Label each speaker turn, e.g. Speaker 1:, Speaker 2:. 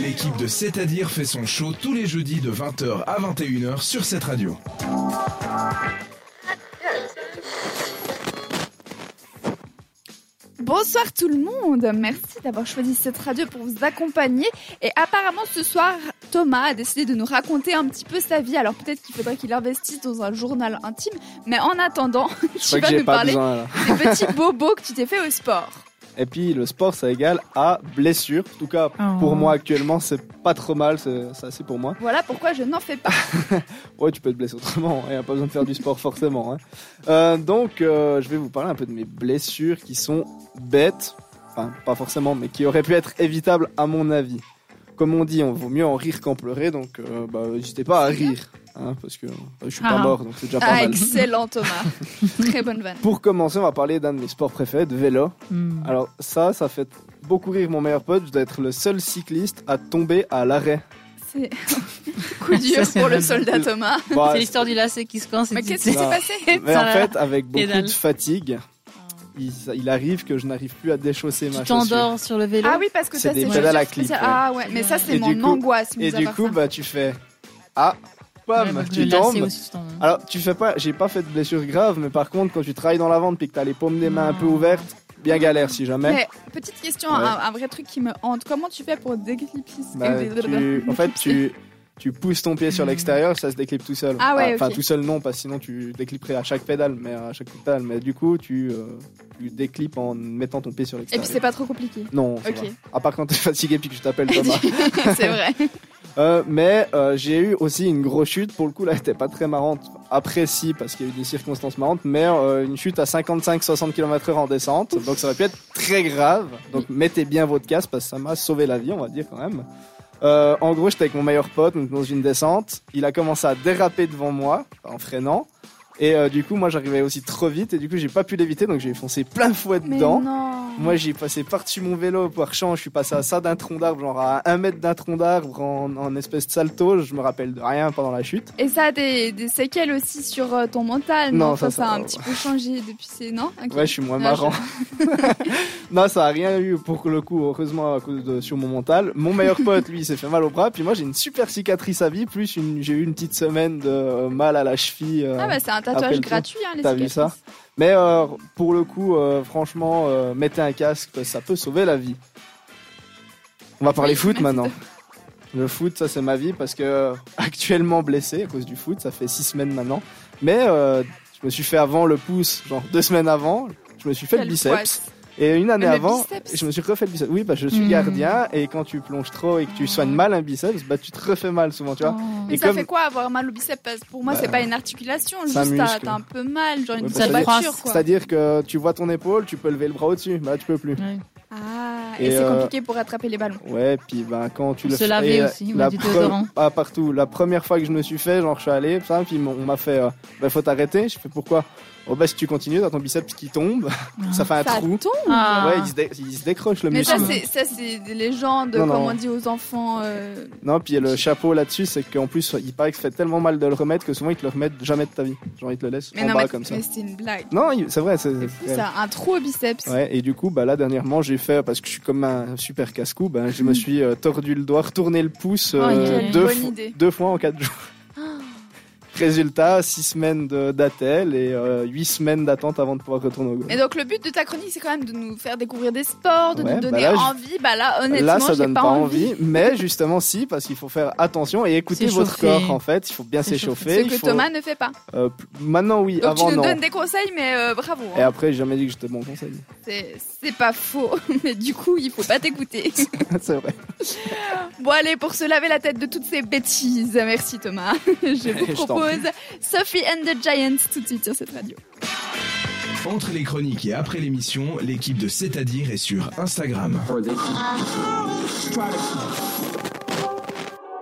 Speaker 1: L'équipe de C'est-à-dire fait son show tous les jeudis de 20h à 21h sur cette radio.
Speaker 2: Bonsoir tout le monde, merci d'avoir choisi cette radio pour vous accompagner. Et apparemment ce soir, Thomas a décidé de nous raconter un petit peu sa vie. Alors peut-être qu'il faudrait qu'il investisse dans un journal intime, mais en attendant,
Speaker 3: Je
Speaker 2: tu
Speaker 3: crois que
Speaker 2: vas
Speaker 3: j'ai
Speaker 2: nous
Speaker 3: pas
Speaker 2: parler
Speaker 3: besoin là.
Speaker 2: des petits bobos que tu t'es fait au sport.
Speaker 3: Et puis le sport, ça égale à blessure. En tout cas,
Speaker 4: Oh.
Speaker 3: pour moi actuellement, c'est pas trop mal, c'est c'est assez pour moi.
Speaker 2: Voilà pourquoi je n'en fais pas.
Speaker 3: Ah, Ouais, tu peux te blesser autrement, il n'y a pas besoin de faire du sport forcément. hein. Euh, donc, euh, je vais vous parler un peu de mes blessures qui sont bêtes, enfin pas forcément, mais qui auraient pu être évitables à mon avis. Comme on dit, on vaut mieux en rire qu'en pleurer, donc euh, bah, n'hésitez pas à rire, hein, parce que euh, je suis pas
Speaker 4: Ah.
Speaker 3: mort, donc c'est déjà pas
Speaker 2: Ah,
Speaker 3: mal.
Speaker 2: excellent Thomas. Très bonne vanne.
Speaker 3: Pour commencer, on va parler d'un de mes sports préférés, de vélo.
Speaker 4: Hmm.
Speaker 3: Alors ça, ça fait beaucoup rire mon meilleur pote d'être le seul cycliste à tomber à l'arrêt.
Speaker 2: C'est coup dur
Speaker 4: Ça, c'est
Speaker 2: pour le
Speaker 4: vraiment
Speaker 2: soldat
Speaker 3: cool.
Speaker 2: Thomas.
Speaker 3: Bah,
Speaker 5: C'est l'histoire du lacet qui se coince. et
Speaker 2: Mais
Speaker 5: qui-
Speaker 2: qu'est-ce qui s'est
Speaker 3: Bah,
Speaker 2: passé
Speaker 3: mais en
Speaker 5: Ça,
Speaker 3: fait, avec beaucoup
Speaker 5: pédale.
Speaker 3: de fatigue, il, il arrive que je n'arrive plus à déchausser ma
Speaker 5: Tu
Speaker 3: chaussure.
Speaker 5: t'endors sur le vélo.
Speaker 2: Ah oui, parce que
Speaker 3: C'est
Speaker 2: ça
Speaker 3: des
Speaker 2: c'est
Speaker 3: pédales à
Speaker 2: une chaussure
Speaker 3: clip,
Speaker 2: spéciale. Ah ouais, mais ça c'est
Speaker 3: Et
Speaker 2: mon
Speaker 3: du coup-
Speaker 2: angoisse.
Speaker 3: Et
Speaker 2: nous
Speaker 3: du
Speaker 2: avoir
Speaker 3: coup,
Speaker 2: ça.
Speaker 3: bah tu fais ah,
Speaker 5: Ouais, bah,
Speaker 3: pam,
Speaker 5: parce que
Speaker 3: tu
Speaker 5: le lacet
Speaker 3: tombes. Ah,
Speaker 5: aussi, tu tombes.
Speaker 3: Alors tu fais pas, j'ai pas fait de blessure grave, mais par contre, quand tu travailles dans la vente puis que t'as les paumes des mains un peu ouvertes, bien galère si jamais.
Speaker 2: Mais petite question,
Speaker 3: Ouais.
Speaker 2: un, un vrai truc qui me hante. Comment tu fais pour déclipser
Speaker 3: Bah, tu- en fait, tu, tu pousses ton pied sur l'extérieur, ça se déclipe tout seul.
Speaker 2: Ah ouais,
Speaker 3: Enfin,
Speaker 2: ok.
Speaker 3: tout seul non, parce que sinon tu décliperais à chaque pédale, mais à chaque pédale. Mais du coup, tu, euh, tu déclipes en mettant ton pied sur
Speaker 2: Et puis c'est
Speaker 3: l'extérieur.
Speaker 2: pas trop compliqué.
Speaker 3: Non, ça
Speaker 2: Ok.
Speaker 3: va. à part quand t'es fatigué puis que je t'appelle Thomas.
Speaker 2: c'est vrai.
Speaker 3: Euh, mais euh, j'ai eu aussi une grosse chute. Pour le coup, là, elle était pas très marrante. Après, si, parce qu'il y a eu des circonstances marrantes, mais euh, une chute à 55-60 km/h en descente. Donc, ça aurait pu être très grave. Donc, mettez bien votre casque parce que ça m'a sauvé la vie, on va dire quand même. Euh, en gros, j'étais avec mon meilleur pote donc, dans une descente. Il a commencé à déraper devant moi en freinant. Et euh, du coup, moi, j'arrivais aussi trop vite. Et du coup, j'ai pas pu l'éviter. Donc, j'ai foncé plein fouet
Speaker 2: Mais
Speaker 3: dedans.
Speaker 2: non.
Speaker 3: Moi, j'ai passé par-dessus mon vélo au Poirchamp, je suis passé à ça d'un tronc d'arbre, genre à un mètre d'un tronc d'arbre en, en espèce de salto, je me rappelle de rien pendant la chute.
Speaker 2: Et ça a des, des séquelles aussi sur euh, ton mental, non,
Speaker 3: Non,
Speaker 2: Enfin,
Speaker 3: ça,
Speaker 2: ça,
Speaker 3: ça
Speaker 2: a un
Speaker 3: va.
Speaker 2: petit peu changé depuis ces... Non Ok.
Speaker 3: Ouais, je suis moins
Speaker 2: Ah,
Speaker 3: marrant. non, ça a rien eu pour le coup, heureusement, à cause de, sur mon mental. Mon meilleur pote, lui, il s'est fait mal au bras, puis moi, j'ai une super cicatrice à vie, plus une- j'ai eu une petite semaine de euh, mal à la cheville. euh,
Speaker 2: Ah bah c'est un tatouage
Speaker 3: Appelle-toi.
Speaker 2: gratuit, hein, les
Speaker 3: T'as vu
Speaker 2: cicatrices.
Speaker 3: Mais euh, pour le coup, euh, franchement, euh, mettez un casque, parce que ça peut sauver la vie. On va parler
Speaker 2: Oui,
Speaker 3: foot
Speaker 2: merci
Speaker 3: maintenant.
Speaker 2: de-
Speaker 3: Le foot, ça c'est ma vie parce que euh, actuellement blessé à cause du foot, ça fait six semaines maintenant. Mais euh, je me suis fait avant le pouce, genre deux semaines avant, je me suis fait le
Speaker 2: Quelle
Speaker 3: biceps.
Speaker 2: poisse.
Speaker 3: Et une année
Speaker 2: Le
Speaker 3: avant,
Speaker 2: biceps Hmm.
Speaker 3: je me suis refait le biceps. Oui, parce que je suis
Speaker 4: Mm.
Speaker 3: gardien et quand tu plonges trop et que tu soignes mal un biceps, bah tu te refais mal souvent, tu vois.
Speaker 2: Mais
Speaker 3: Et
Speaker 2: ça
Speaker 3: comme-
Speaker 2: fait quoi avoir mal au biceps Parce que Pour moi,
Speaker 3: Bah,
Speaker 2: c'est pas une articulation,
Speaker 3: c'est un
Speaker 2: juste t'as
Speaker 3: muscle.
Speaker 2: t'as un peu mal, genre une
Speaker 3: Ouais,
Speaker 2: petite
Speaker 3: pour ça,
Speaker 2: fracture
Speaker 5: c'est-
Speaker 2: quoi.
Speaker 3: C'est-à-dire que tu vois ton épaule, tu peux lever le bras au-dessus, bah là, tu peux plus.
Speaker 2: Ah, et,
Speaker 3: Et,
Speaker 2: c'est
Speaker 3: euh,
Speaker 2: compliqué pour attraper les ballons.
Speaker 3: Ouais, puis bah quand tu
Speaker 5: Faut
Speaker 3: le
Speaker 5: se
Speaker 3: fais-
Speaker 5: laver
Speaker 3: et,
Speaker 5: aussi,
Speaker 3: euh,
Speaker 5: ou
Speaker 3: la
Speaker 5: du
Speaker 3: pre-
Speaker 5: déodorant.
Speaker 3: pas partout. La première fois que je me suis fait, genre je suis allé, ça, puis on m'a fait, euh, bah faut t'arrêter. Je fais pourquoi Oh bah si tu continues, t'as ton biceps qui tombe, ça fait un
Speaker 2: Ça
Speaker 3: trou.
Speaker 2: tombe.
Speaker 5: Ah.
Speaker 3: Ouais, il se, dé- il se décroche le
Speaker 2: Mais ça,
Speaker 3: muscle.
Speaker 2: c'est ça, c'est des légendes,
Speaker 3: Non,
Speaker 2: comme
Speaker 3: non.
Speaker 2: on dit aux enfants. euh,
Speaker 3: Non, puis le chapeau là-dessus, c'est qu'en plus il paraît que ça fait tellement mal de le remettre que souvent ils te le remettent jamais de ta vie. Genre ils te le laissent
Speaker 2: Mais
Speaker 3: en
Speaker 2: non,
Speaker 3: bas
Speaker 2: mais,
Speaker 3: comme ça.
Speaker 2: mais c'est une blague.
Speaker 3: Non, il- c'est vrai. C'est
Speaker 2: C'est fou, ça, un trop au biceps.
Speaker 3: Ouais, et du coup, bah là dernièrement, j'ai fait parce que je suis comme un super casse-cou, bah, je me suis euh, tordu le doigt, retourné le pouce euh,
Speaker 5: Oh, quelle
Speaker 3: deux,
Speaker 2: bonne
Speaker 3: fo-
Speaker 2: idée.
Speaker 3: deux fois en quatre jours. Résultat, six semaines de- d'attel et euh, huit semaines d'attente avant de pouvoir retourner au golf.
Speaker 2: Et donc le but de ta chronique, c'est quand même de nous faire découvrir des sports, de
Speaker 3: Ouais,
Speaker 2: nous
Speaker 3: bah
Speaker 2: donner
Speaker 3: là, je-
Speaker 2: envie. Bah là, honnêtement,
Speaker 3: Là, ça
Speaker 2: j'ai
Speaker 3: donne
Speaker 2: pas, envie.
Speaker 3: mais justement, si, parce qu'il faut faire attention et écouter votre
Speaker 5: S'échauffer.
Speaker 3: corps en fait. Il faut bien
Speaker 5: S'échauffer.
Speaker 3: s'échauffer.
Speaker 2: ce
Speaker 3: il
Speaker 2: que
Speaker 3: faut-
Speaker 2: Thomas ne fait pas.
Speaker 3: euh, p- maintenant, oui,
Speaker 2: Donc
Speaker 3: avant,
Speaker 2: tu nous
Speaker 3: non.
Speaker 2: donnes des conseils, mais euh, bravo.
Speaker 3: Et
Speaker 2: hein.
Speaker 3: après, j'ai jamais dit que j'étais bon conseil.
Speaker 2: C'est- C'est pas faux, mais du coup, il faut pas t'écouter.
Speaker 3: c'est vrai.
Speaker 2: Bon allez, pour se laver la tête de toutes ces bêtises, merci Thomas. Je vous
Speaker 3: Je t'en
Speaker 2: propose Sophie and the Giants tout de suite sur cette radio.
Speaker 1: Entre les chroniques et après l'émission, l'équipe de C'est-à-dire est sur Instagram.